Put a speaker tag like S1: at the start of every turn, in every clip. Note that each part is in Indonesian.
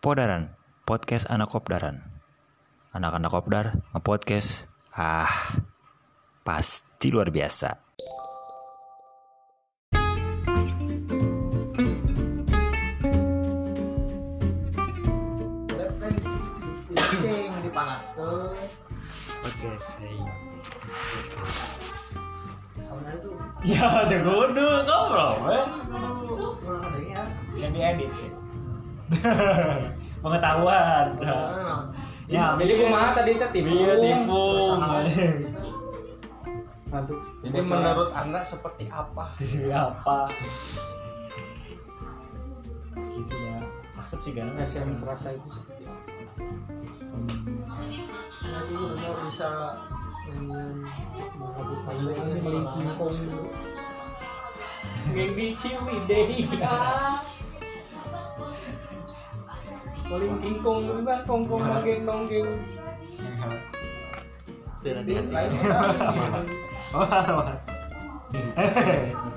S1: Podaran, podcast anak kopdaran. Anak-anak kopdar ngepodcast. Ah, pasti luar biasa.
S2: sing dipanaske
S3: Oke, saya.
S2: sebenarnya tuh
S3: Ya, udah kudu ngobrol. Bang.
S2: ngelakuin ini ya
S3: Yang diedit. Pengetahuan. Ya,
S4: Jadi kumaha tadi teh tipu.
S3: Iya, tipu.
S2: ngantuk
S4: Jadi menurut Anda seperti apa?
S3: Siapa? Gitu ya. Asep sih gak nangis.
S4: SMS rasa itu seperti apa?
S2: masih benar bisa ingin mengabulkan ini sama
S3: Maybe Ciwidey.
S4: Paling kingkong itu kan kongkong
S3: Iya.
S4: nonggeng nonggeng.
S2: tidak tidak lain
S3: Wah, wah.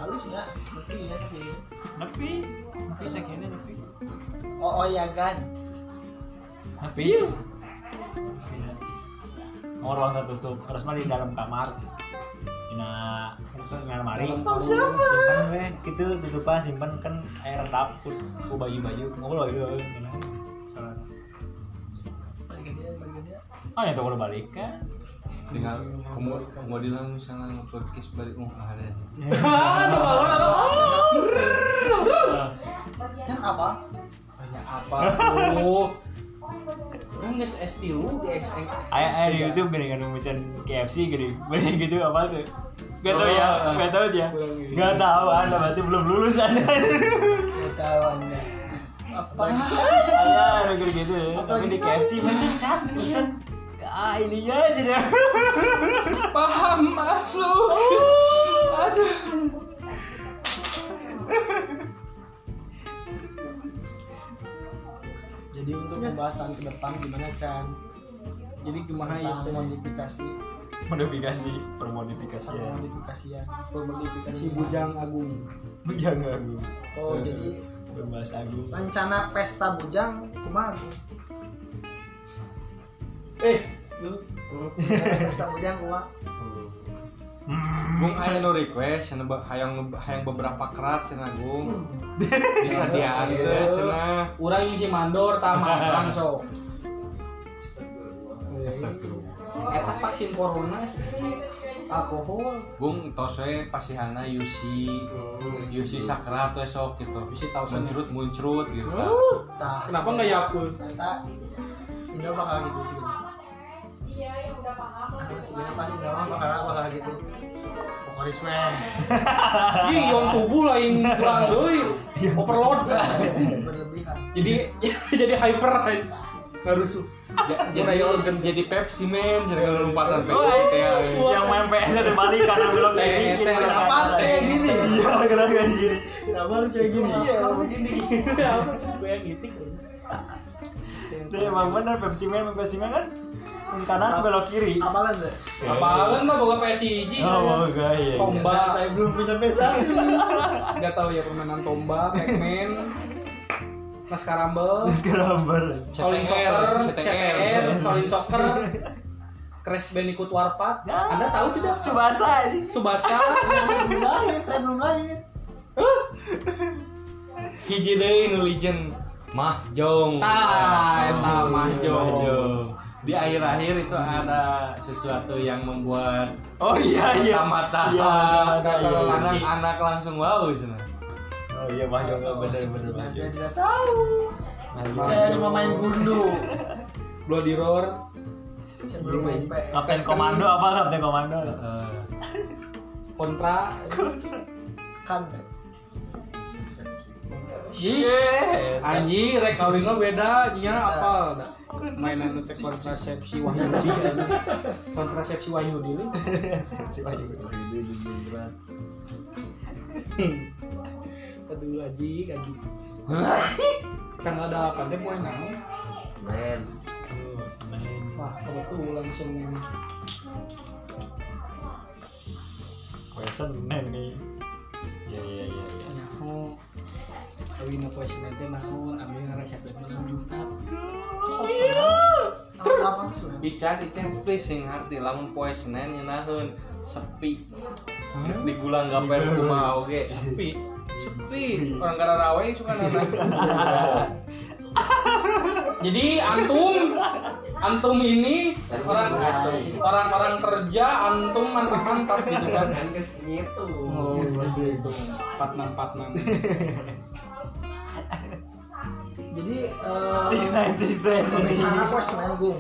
S2: halus ya tapi ya tapi
S3: Nepi, nepi sakitnya nepi.
S2: oh oh ya kan
S3: Tapi
S2: Iya.
S3: mau ruang Iya. tertutup terus mah di dalam kamar dina itu di almari simpen weh gitu tutupan simpen kan air rendap ku ku baju baju ngobrol gitu gini. Soalnya.
S2: balik dia balik dia
S3: oh ya tuh kalau balik kan
S5: tinggal kamu kamu di langsung sangat nge-podcast balik mau ada
S2: kan apa
S4: Banyak apa tuh? Kan guys STU di XN.
S3: ayah ayah di YouTube gini kan macam KFC gini banyak gitu apa tuh Gak tau ya, gak tau ya Gak tau, anda berarti belum lulus anda Iya,
S2: kawannya apa
S3: Ayah, negeri gitu ya Tapi di
S2: Apalagi
S3: KFC mesin cat, mesin Ah ini ya jadi
S4: Paham masuk. Aduh.
S2: jadi untuk pembahasan ke depan gimana Chan
S4: Jadi gimana ya?
S2: tentang Iya. modifikasi
S3: modifikasi permodifikasi ya
S2: modifikasian
S4: Pemodifikasi bujang agung.
S3: jangan agung
S2: Iya. oh jadi
S3: bebas agung
S2: rencana pesta bujang kumaha
S4: Eh, lu
S2: pesta bujang kumaha
S5: Gung aya nu request cenah be- hayang nu- hayang beberapa kerat cenah Gung bisa diantar cenah
S4: Urang yang si mandor tamat langsung.
S5: Astagfirullah
S4: Eta vaksin Eh, corona sih. alkohol
S5: Gung tos we pasihana Yusi Yusi sakrat we sok gitu
S4: Yusi Tausen.
S5: muncrut muncrut gitu kan
S4: Uh,
S2: Tah,
S4: Kenapa nggak Yakult?
S2: Ternyata Indra bakal gitu sih. Sebenarnya pasti Indra mah bakal bakal gitu. Vokalis weh.
S4: Ih, yang tubuh lain kurang deui. Overload.
S2: Berlebihan.
S4: jadi jadi hyper ngarusuh.
S5: Ja- jadi jadi Pepsi men jadi kalau lompatan Pepsi teh we.
S3: Oh, yang main PS ada balik karena belum kayak
S4: Teh,
S3: gini
S4: teh,
S2: Kenapa harus kayak gini?
S3: iya kenapa kayak gini
S2: Kenapa harus kayak gini?
S4: gini. Apa gue yang ngitik.
S3: itu emang bener Pepsi Man emang Pepsi Man kan yang kanan belok kiri
S2: Apalan deh.
S4: Apalan mah boga PSG
S3: oh mau
S4: saya.
S3: gak ya
S4: Tombak.
S2: Nah, Saya belum punya pesta.
S4: Enggak tahu ya permainan tombak, Pac-Man. Mas Karambel,
S3: gambar
S4: Solin
S5: CTR, CTR.
S4: Soccer, CTR, Solin Soccer, Crash Bandicoot Warpath.
S2: Nah,
S4: Anda tahu tidak?
S3: Subasa aja
S4: Subasa.
S2: Belum lahir, saya belum lahir.
S5: hiji deui nu legend mahjong
S3: Ah,
S4: Tah, eta mahjong.
S5: di akhir-akhir itu ada sesuatu yang membuat
S3: oh iya iya
S5: mata
S3: Iya, mata-mata, iya.
S5: anak-anak langsung wow sana
S3: oh iya mahjong gak bener bener Nah,
S2: Dan
S3: mahjong
S2: Nah, saya tidak tahu. Saya cuma main gundu.
S4: Bloody Roar.
S2: Saya belum main PS.
S3: Kapten Komando apa Kapten Komando
S4: kontra
S2: Kan.
S3: iya
S4: anjing rek kawin lo beda nya apal da. mainan teh kontrasepsi Wahyudi anjing. kontrasepsi Wahyudi li.
S3: sensi baju
S4: aduh anjing anjing kan ada apa teh poin nang wah kebetulan senin
S3: Gue seneng nih. Iya iya iya iya.
S4: nyaho kawin nu poe sinan teh naon abdi ngaresep teh 6 juta
S5: Ica dicek please sing ngerti lamun poe Senin nyeunaheun sepi. Di gulang gapen kumaha oge.
S4: sepi sepi
S5: Orang gara rawe suka nana.
S4: jadi antum antum ini orang orang-orang kerja antum mantap-mantap gitu kan oh gitu empat enam empat enam
S2: Jadi eh,
S3: Six nine six nine.
S2: pemisahan apa sih nanggung?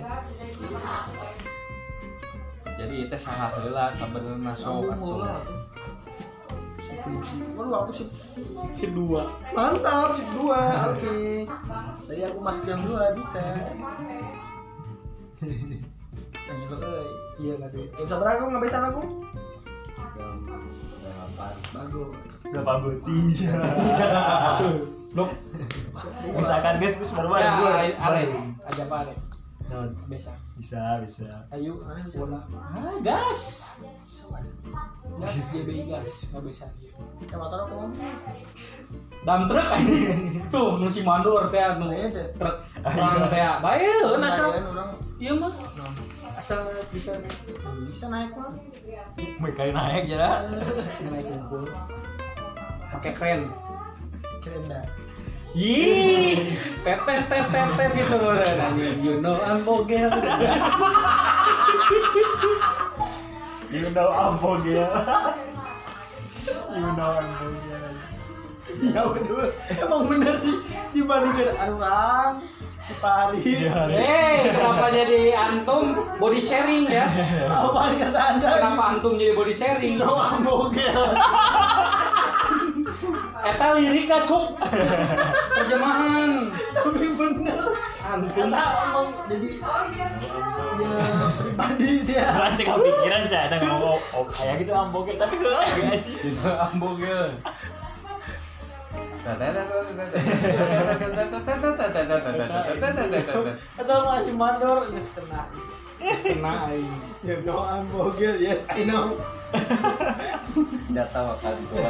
S5: Jadi itu saha heula sabenerna sok atuh.
S2: Waduh aku sih
S4: si dua
S2: mantap sih dua. Oke. Tadi aku masuk jam dua bisa. Bisa ngilu
S4: eh,
S2: euy. Iya tadi. Jam berapa aku ngabesan aku? Bagus.
S3: Berapa goting?
S4: blok
S3: Misalkan guys, guys baru baru
S4: ya
S3: baru.
S4: ale ale aja apa ale
S3: Non,
S4: biasa
S3: bisa bisa.
S4: ayo bola ah gas gas JBI gas nggak bisa
S2: Ya motor aku ngomong.
S4: dam truk anjing. tuh nu si mandor teh nu
S2: Iya, teh.
S4: truk orang teh bae asal
S2: Kemarin orang
S4: ieu mah asal bisa
S2: bisa naik mah.
S3: Mereka naik ya lah.
S4: naik kumpul pakai keren
S2: Keren dah.
S4: Ih, pepet pepet pepet gitu loh. You know I'm bogel.
S3: You know I'm bogel. You know ya. I'm bogel.
S2: Iya betul. Emang bener sih dibandingkan orang si Paris.
S3: Iya. Ya,
S4: Hey, kenapa jadi antum body sharing ya?
S2: Apa kata anda?
S4: Kenapa antum jadi body sharing?
S2: Dong ambogel.
S4: Eta lirika cuk. Terjemahan.
S2: Tapi bener.
S4: Antum.
S2: Karena emang jadi ya pribadi dia.
S3: Orang cek pikiran saya ada ngomong oh, kayak gitu I'm bogel tapi heeh gak sih.
S5: Dina ambogel.
S2: Atau masih mandor nggak kena.
S4: Kena ai.
S2: You know ambogel yes I know.
S5: Data makan gua.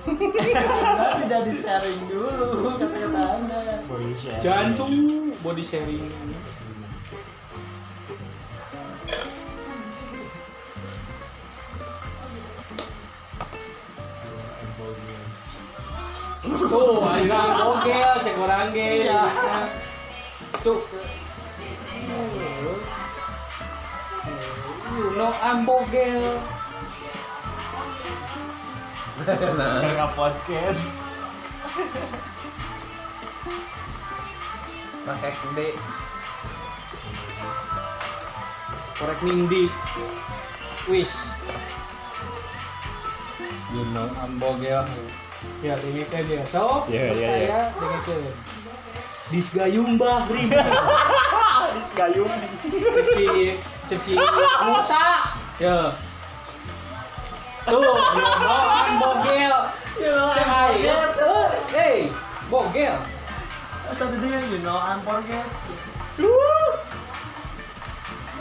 S2: Karena tidak di sharing dulu kata kata anda.
S3: Bullshit.
S4: Jancu body sharing. Tuh, ayeuna bogel cek orang ge. Cuk. You know I'm bogel.
S3: Karena podcast.
S5: Pakai gede.
S4: korek nindi wish
S5: You know ambogel.
S4: ya ini teh biasa oh.
S3: Iya,
S5: Ya,
S3: iya, iya.
S4: saya dengan ke disgayung bahri
S3: Aris gayung.
S4: cipsi cipsi musa ya tuh yonoan bogel cek ayo hey bogel
S2: Satu dia you know ambogel.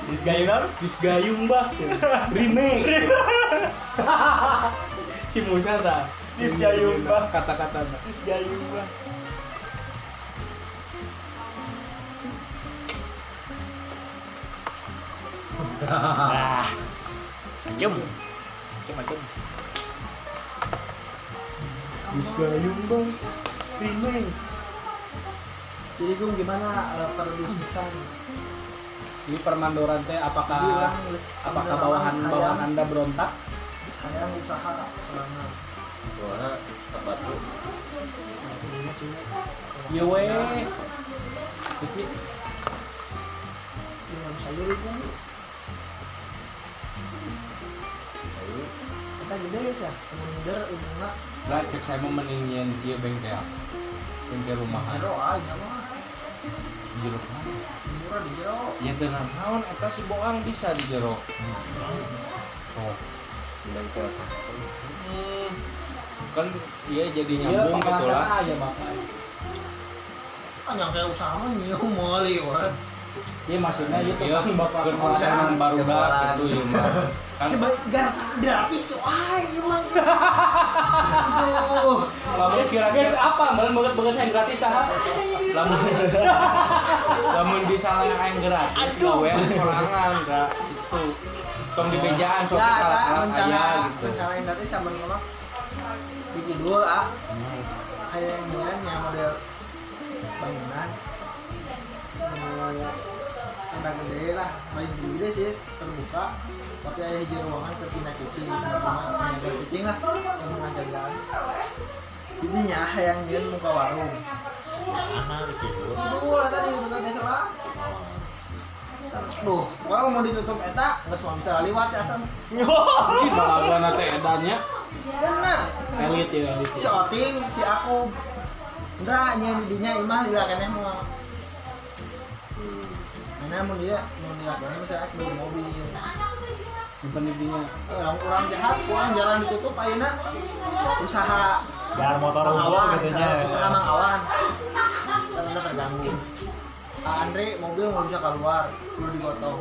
S3: Aris gayung.
S4: disgayung bah remake si musa ta
S3: Disgayung bah.
S4: kata-kata ta.
S3: Aris gayung. Ah. Jom. Jom jom.
S4: disgayung bah remake
S2: Jadi gue gimana eh, perdiskusan?
S4: Ini permandoran teh
S2: Jadi
S4: apakah
S2: orang les-
S4: apakah
S2: orang
S4: bawahan
S2: sayang.
S4: bawahan anda berontak?
S2: saya usaha selama
S5: Gua tempat lu.
S4: Iya we. Iki
S2: dengan sayur itu kita gede guys ya mundur umumnya
S5: Lah cek saya mau meninggian dia bengkel. Bengkel rumahan.
S2: jero ah iya mah
S5: Di rumah.
S2: murah di jero
S5: Ya dengan naon eta si boang bisa di jero.
S4: Hmm.
S5: Oh. Bengkel. Hmm. Kan dia jadi
S4: iya
S5: nyambung gitu
S4: pemerasan
S5: lah.
S4: aja bapak.
S2: kan yang kayak usaha mah nyium mali wah
S4: Iya maksudnya gitu
S5: Iya,
S4: kan bapak Iya,
S5: ke
S4: kepala
S5: kusen
S4: daerah.
S5: baru dah gitu ya mah. Kan
S2: gratis wah emang
S5: lamun
S4: Guys, guys
S5: kira-kira
S4: apa? Mungkin banget banget yang gratis ah? sah.
S5: Iya. lamun lamun bisa lain gratis gawe sorangan da gitu. Tong di bejaan sok
S2: ya tak
S5: kalah
S2: rencana
S5: aya gitu.
S2: rencana yang tadi sama ngomong di kidul ah kayak yang bilang ya model bangunan Eh, tenda gede lah paling gede sih terbuka tapi ada hiji ruangan ke tina cicing rumah ada cicing lah yang tengah jalan jadinya yang dia muka warung
S3: anak gitu
S2: Aduh, eta di tutup desa lah. Duh, orang mau ditutup eta nggak suami saya liwat ya asam.
S4: Ih, balaban nanti edannya
S2: Bener.
S4: elit ya elit.
S2: Si Oting, si aku. Enggak, nya di dinya imah lila kene mau. Mana mau dia mau lila kene misalnya aku beli mobil. Eh,
S4: Simpen intinya.
S2: Orang orang jahat, orang jalan ditutup ayeuna usaha
S3: jalan motor
S2: Mang
S3: unggul
S2: Awan,
S3: gitu nya
S2: usaha Mang Awan. Ternyata terganggu. Kak Andre mobil nggak bisa keluar, perlu digotong.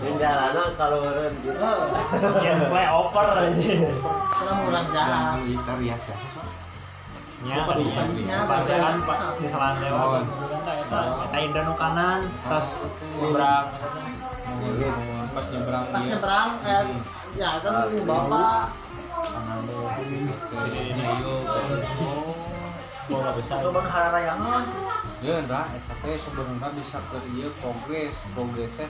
S6: Jalanan kalau orang gitu.
S2: Eh,
S3: yang playover Iya, aja
S2: Karena kurang
S5: Dan
S2: jahat.
S5: kita rias dah.
S3: nya
S4: Bukan, bukan.
S3: nya sadean pak di salaan lewat
S5: Oh.
S3: gitu kan tak eta eta indra nu kanan terus nyebrang
S5: Pas nyebrang
S2: Pas
S5: dia.
S2: nyebrang kayak ya kan lu bapak.
S5: Ke ini yuk. Oh.
S3: bola besar
S2: Kalau hara rayangan,
S5: Ya, Ndra, eta teh sebenarnya bisa ke ieu progres, progresnya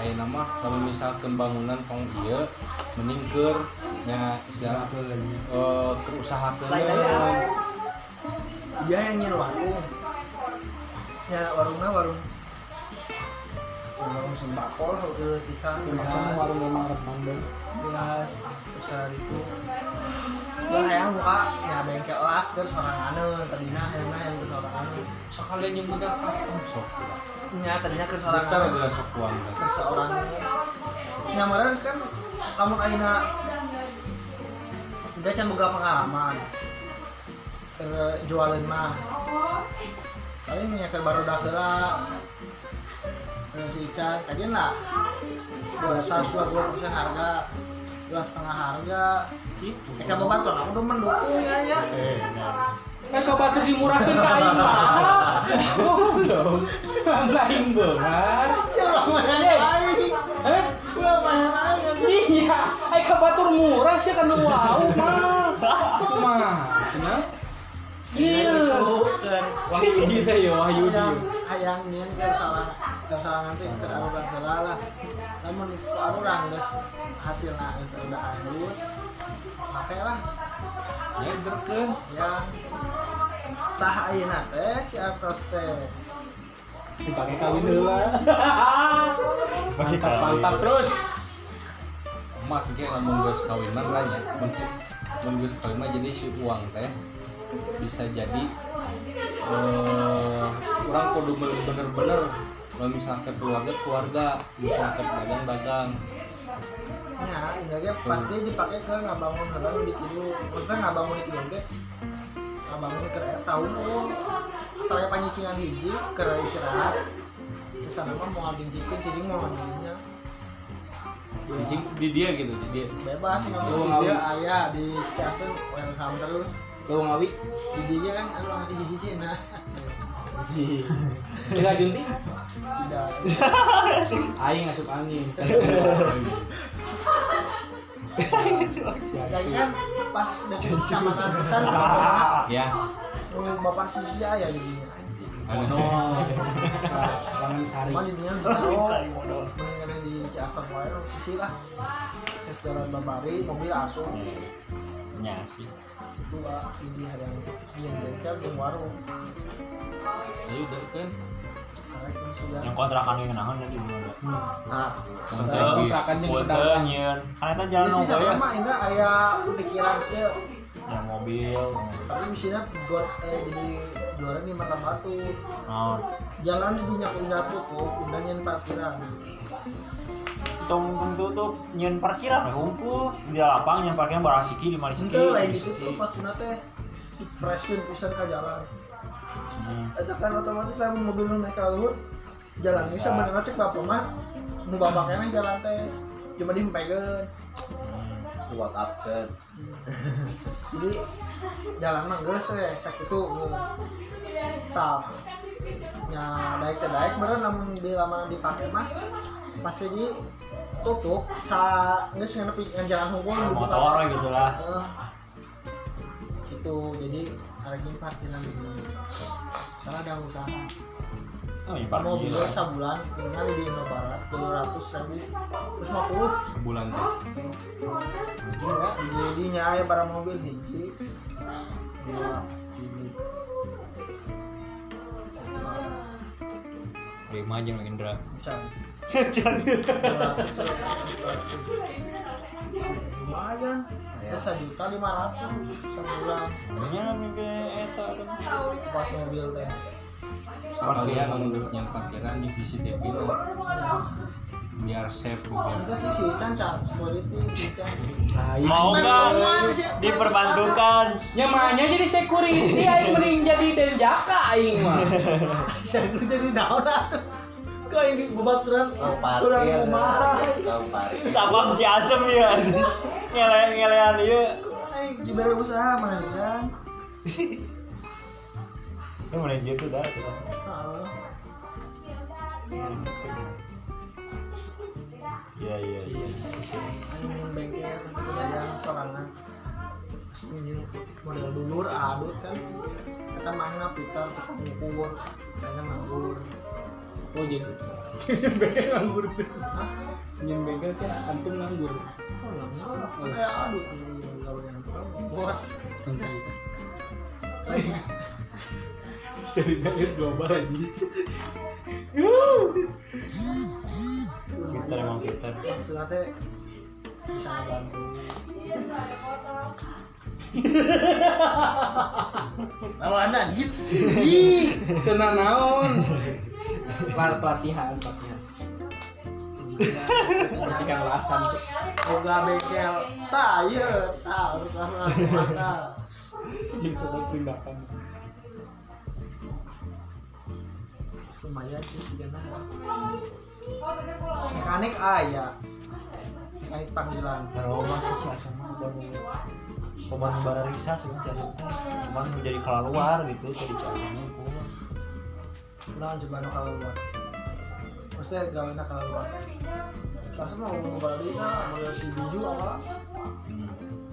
S5: ayeuna mah kalau misalkan bangunan tong ieu mending keur nya istilah eh keusahakeun.
S2: lain aja. Dia yang nyewa warung. Ya warungnya warung warung sembako lah ke kita
S4: Masa warung memang remang dong.
S2: gelas terus hari itu lah yang muka ya bengkel las terus orang anu tadinya akhirnya yang ke orang anu
S4: Sekalian yang muda pas.
S5: Sok.
S2: ya tadinya ke orang
S5: Bentar
S2: anu
S5: aja sok kuang.
S2: ke seorang nyamaran kan kamu kaina udah can boga pengalaman terjualin mah paling nya ke baru dakela si Ican kajian lah biasa dua puluh persen harga dua setengah harga
S4: Gitu.
S2: Eka bapak tuh aku udah mendukung ya ya
S3: eh nah
S4: Eh sobat tuh dimurahin ke aing mah. Oh dong. Lain beungar.
S2: ulah main aing
S4: Eh?
S2: ulah main aing
S4: Iya, aing ka batur murah sih kan wow mah. Mah. Cenah. Gitu. Wahyu
S3: Iya,
S4: kita ya Wahyu.
S2: yang hayang nyen kesalahan kesalahan sih ke arurang heula lah namun ke arurang geus hasilna geus udah halus make lah
S5: Ya, derkeun.
S2: yang tah ayeuna teh si Atos teh
S4: Dipakai kawin heula.
S3: pasti
S4: Mantap terus.
S5: Mak ge lamun geus kawin mah Ndra, nya. Mun mun geus kawin mah jadi si uang teh bisa jadi eh kurang kudu bener-bener kalau misalkan keluarga keluarga misalkan dagang dagang
S2: nya ieu ge Ya, pasti dipake ke ngabangun heula nu di kieu maksudnya ngabangun di kieu ge ngabangun ke eta tahun saya panyicingan hiji ke istirahat sesana mah mau ngambil cicing cicing mau ngambilnya
S5: Cicing di dia gitu di dia
S2: bebas nggak
S4: Lu
S2: usah
S4: ngawi.
S2: dia ayah di Chasen welcome terus
S4: Lo ngawi.
S2: di dia kan anu ada di hiji nah
S4: Ji. Kita junti.
S2: tidak
S4: Aing asup angin.
S2: jadi kan pas dekat kecamatan pesan
S5: ya
S2: nu Oh, bapak si Susi ayah di dinya
S5: anu
S4: Bangun sari.
S2: cuma di dinya oh mendingan di Chasen wae lu Susi lah akses jalan babari mobil asuh
S3: nya Iya, sih
S2: itu lah di dia yang dia bengkel di warung
S5: ayo derkeun
S2: Assalamualaikum Nah, sudah
S3: yang kontrakan yang kenalan tadi belum
S2: nah
S5: Strategis.
S4: kontrakan yang
S3: Punten
S4: pedagang.
S3: nyeun. Kan eta
S2: ini
S3: jalan
S2: sih
S3: nongkrong
S2: sama
S3: ya.
S2: mah enggak ayah pikiran kieu
S3: Yang mobil.
S2: tapi misalnya got eh, jadi jualan di mata batu
S3: Nah,
S2: jalan di nyak indah tutup udah nyen parkiran
S3: tong tong tutup nyeun parkiran we hukum di lapang nyeun parkiran barasiki di mana siki.
S2: itu lain ditutup pas sudah teh preskin pisan ke jalan
S3: Iya.
S2: itu kan otomatis lamun mobil nu naik ka luhur jalan bisa
S3: Bisa.
S2: bener cek bapak mah nu babaknya nih jalan teh cuma diempegeun
S6: buat update
S2: jadi jalan mah geus we sakitu geus tah nya daek teh daek bener namun di lama dipake mah pasti di tutup sa geus ngenepi ngan jalan hukum
S3: motor gitu lah
S2: Eh, itu Gitu, jadi ada gini parkiran dulu karena ada usaha
S3: oh ya
S2: sama
S3: parkir
S2: mobil
S3: lah.
S2: sebulan tinggal di Indo Barat dua ratus ribu terus lima puluh
S5: bulan teh
S3: Juga.
S2: jadi nyaya ya, para mobil hiji dua ini
S3: lima aja sama Indra Iya,
S2: bisa lumayan terus juta lima ratus sebulan
S3: Iya, mimpinya Eta tuh.
S2: buat mobil teh
S5: sekalian untuk yang parkiran di CCTV lo biar safe juga
S2: itu sih si Ican cantik security si Ican
S3: Mau nggak diperbantukan?
S4: Nyamanya jadi security aing mending jadi denjaka aing mah.
S2: saya dulu jadi naon atuh kok ini bebaturan
S6: Kau
S2: kurang
S6: parkir
S2: marah
S6: Kau parkir
S3: Sabab jasem ya. iya. Ngelean-ngelean ieu.
S2: Eh, diberi usaha mana Ican
S3: Ini mulai gitu dah.
S2: Heeh.
S3: Iya, iya, iya.
S2: anjing bengkel yang sorangan anjing model dulur adut kan kita mana pita ngukur kayaknya nganggur
S4: Oh jadi bengkel nganggur. Nyen bengkel kan antum nganggur.
S2: oh lah lah kayak adut anjing, gawe yang kurang. bos
S4: Seri banget global aja.
S3: Fitur emang fitur.
S2: maksudnya teh bisa ngebantu Lawan anjir.
S4: Ih, kena naon. Pel- pelatihan, pelatihan. Percikan lasan tuh.
S2: Boga bengkel. Tah, iya, tah, urut lah, lah, lah, tah.
S4: Yang sebut tindakan.
S2: Lumayan sih sih kan. Mekanik ayah. Mekanik panggilan.
S3: Kalau masih jasem mah udah mau Peman bara risa sih jasem teh. Cuman menjadi keluar gitu tadi jasemnya kurang.
S2: Nah, coba anak kalau luar. Maksudnya gak enak kalau luar. Soalnya mau ngomong pada desa, mau si biju apa?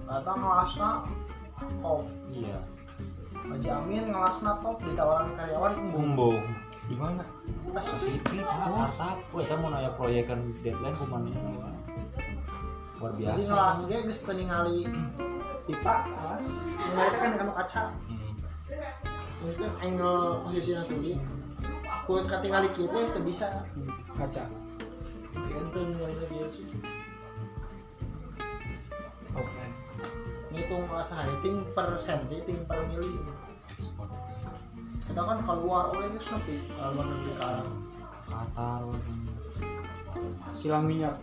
S2: Datang ngelasna top.
S3: Iya.
S2: Haji Amin ngelasna top ditawaran karyawan embung.
S3: Bumbo.
S5: di mana
S2: Pas masih
S3: Mantap. Wah, kita mau nanya proyekan deadline kumannya. Luar
S2: Jadi
S3: biasa.
S2: ngelas ge geus teu ningali pipa ngelas. Mereka kan kanu kaca. Mungkin angle posisinya sulit. Kue ketinggali kiri eh, teu bisa.
S4: Kaca.
S2: Enten ngelasnya dia sih.
S4: Oke.
S2: Ngitung ngelas rating per senti, ting per mili.
S5: ekspor
S2: Kita kan keluar oleh geus nepi, ya, kalau luar negeri kan. sekarang.
S3: Qatar. lagi.
S4: Silang minyak.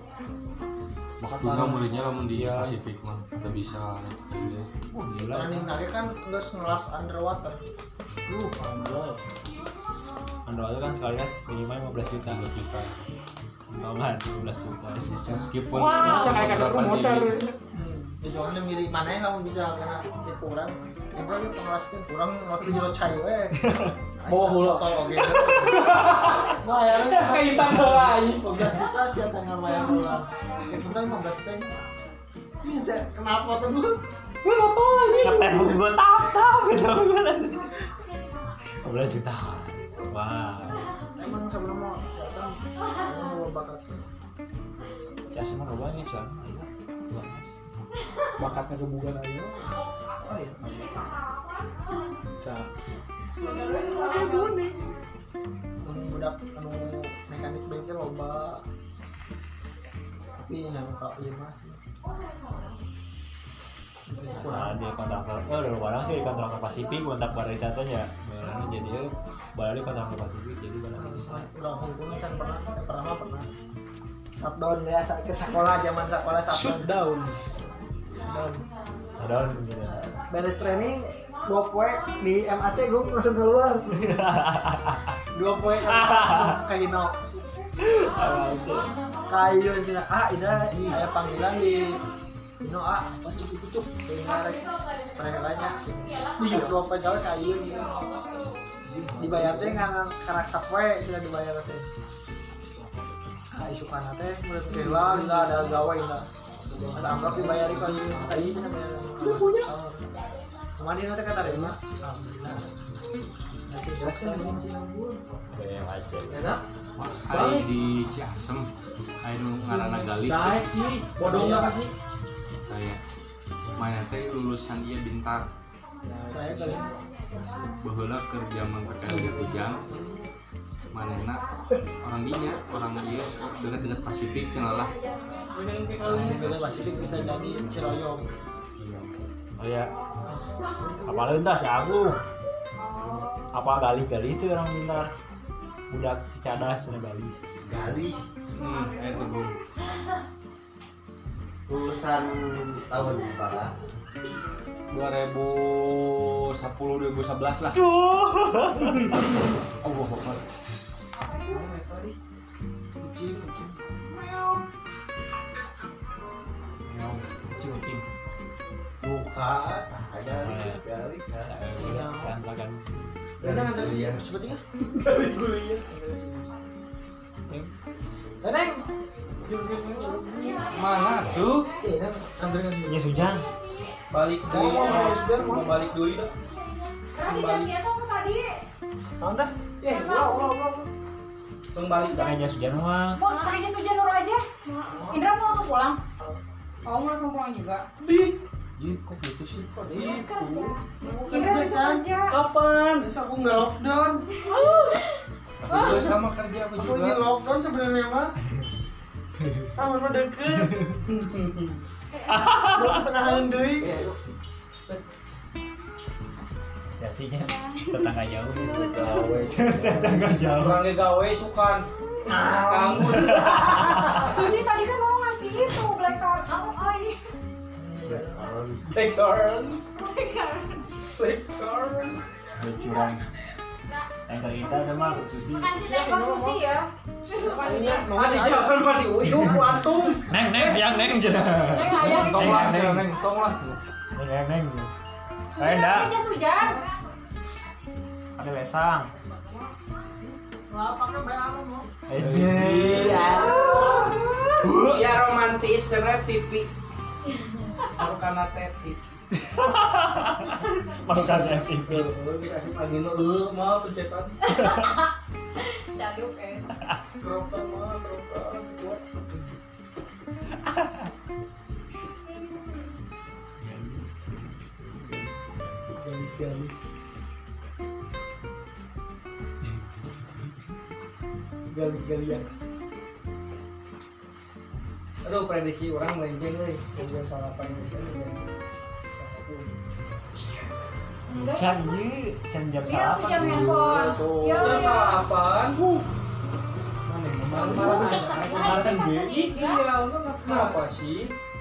S5: waktu nggak mulainya lamun di Pasifik mah kita bisa gitu.
S3: Oh, gila.
S2: Training nage kan geus ngelas underwater.
S3: Uh, Android. Android itu kan sekali tes minimal 15 juta. 15 juta. Tambahan 15 juta.
S5: meskipun
S4: Wah,
S5: cuma
S4: kayak kasih
S5: beberapa
S4: promotor.
S5: diri
S2: Hmm. Jadi orang milih mana yang kamu bisa karena kita kurang. Ya, Yang kurang itu ngelaskan kurang waktu di jero cai we.
S4: Bohong lu.
S2: Tol oge. Bayar
S4: Kayak hitam bola aing.
S2: 15 juta siapa yang ngebayar ulang. Kita 15 juta ini. Iya, Cak. kenapa tuh Bu?
S4: Gue nggak tahu aja.
S3: Ngetem gue tap tap gitu. 15 juta. Wah,
S2: Emang sebelum mau jasa, mau bakat.
S3: cas emang lo banyak cuan. Dua emas.
S4: Bakatnya kebugan aja.
S2: Oh iya.
S4: Cak.
S2: Mun budak anu mekanik bengkel loba. Tapi yang tak lima sih. Mungkin kurang.
S3: Salah dia kontraktor. Ya udah lupa sih di kontraktor Pasifik, kontrak bar wisatanya. Bayarnya jadi ya, balik kontraktor Pasifik jadi bar wisata.
S2: udah hubungan kan pernah kan pernah pernah shutdown ya saat ke sekolah zaman sekolah shutdown
S3: Ada gitu.
S2: beres training dua poe di MAC gue langsung keluar dua poe ke Hino kayu cina ah ini ada panggilan di Hino ah cucuk cucuk di ngarek mereka banyak di dua poe jauh kayu gitu dibayar teh karena karena sapwe tidak dibayar teh ah isu kana teh mulai terima nggak ada gawe nggak ada anggap dibayar kayu kayu cina bayar punya kemarin nanti kata Rema alhamdulillah masih sukses enak
S5: Hari di Ciasem, hari nu ngarana Gali.
S2: Daek sih, bodoh nggak sih?
S5: Kayak mana teh lulusan dia bintar.
S2: Daek kali.
S5: Baheula kerja mangkakan di Kujang. Manehna orang dinya, orang dia dekat-dekat Pasifik cenah lah.
S2: Kita Pasifik bisa jadi Ciroyom.
S3: Oh iya. Apa lenda si Agung? Apa gali-gali itu orang pintar? Budak cicadas cina Bali.
S6: Gali
S5: Hmm, eh tuh Bung.
S6: lulusan tahun berapa?
S5: 2010 2011 lah. Oh, Allah Akbar.
S2: Kucing, kucing.
S3: Iya, Kucing-kucing.
S6: Buka, saha gali, gali, saha.
S3: Saya makan.
S2: Kita nggak tahu sih,
S6: Gali,
S2: sebetulnya.
S6: kuliah.
S2: Neneng.
S5: Mana tuh?
S2: Iya, Neng. Antar kan dulu.
S3: Ya Sujang.
S4: balik
S5: Oh.
S4: dulu
S2: Mau, mau, sudah, mau.
S4: mau balik dulu dah.
S2: Mau dah? Iya, ulah, ulah, ulah.
S4: Tong balik dah.
S3: Caranya Sujang mah.
S7: Mau pakai jas hujan dulu aja. Indra mau langsung pulang. Oh, mau langsung pulang juga.
S5: Ih, kok gitu sih?
S7: Kerja. Indra
S2: Kerja,
S7: besok
S2: Chan.
S7: kerja.
S2: Kapan? Besok aku nggak lockdown.
S5: Aku juga sama kerja aku
S2: Aku
S5: juga. Eh,
S2: ini lockdown sebenarnya mah. Kamu mah deket. Belum setengah hendui.
S3: Jadinya tetangga jauh.
S6: Gawe.
S3: Tetangga jauh.
S4: Orang ge gawe sukan. Nganggur.
S7: Susi tadi kan kamu ngasih itu black card. Aku ay.
S4: Take turn.
S7: Black card.
S4: Take turn.
S3: Bercurang. Yang ke kita sama Susi.
S7: Siapa Susi ya? Bukan Indra.
S2: Ah, di jalan mah di uyuh, antum.
S3: Neng, neng, yang neng cina.
S7: Neng ayah itu.
S5: Tong lah, Cina, Neng.
S4: tong lah.
S3: Neng, neng, neng.
S7: Susi
S3: Saya
S7: kan
S3: enggak.
S7: pakai jas hujan.
S3: Ada lesang.
S2: Wah, pakai bayaran mau.
S3: Ede.
S2: Ya romantis karena tipi. Kalau karena teti.
S3: Masalah TV.
S2: Lu bisa sih pagi nu lu mau tuh cetan.
S7: Dalup eh.
S2: Kerokan mah, kerokan. Buat. Gali-gali ya. Aduh, prediksi orang melenceng nih. Kemudian salah apa yang bisa
S7: Enggak.
S3: Can ye, can jam
S7: Dia aku jam
S3: salapan.
S7: handphone. Ya,
S4: Yang
S7: ya.
S4: salah apaan? Huh.
S7: Ay, itu pacar Indra. Iya, untuk
S4: Kenapa sih?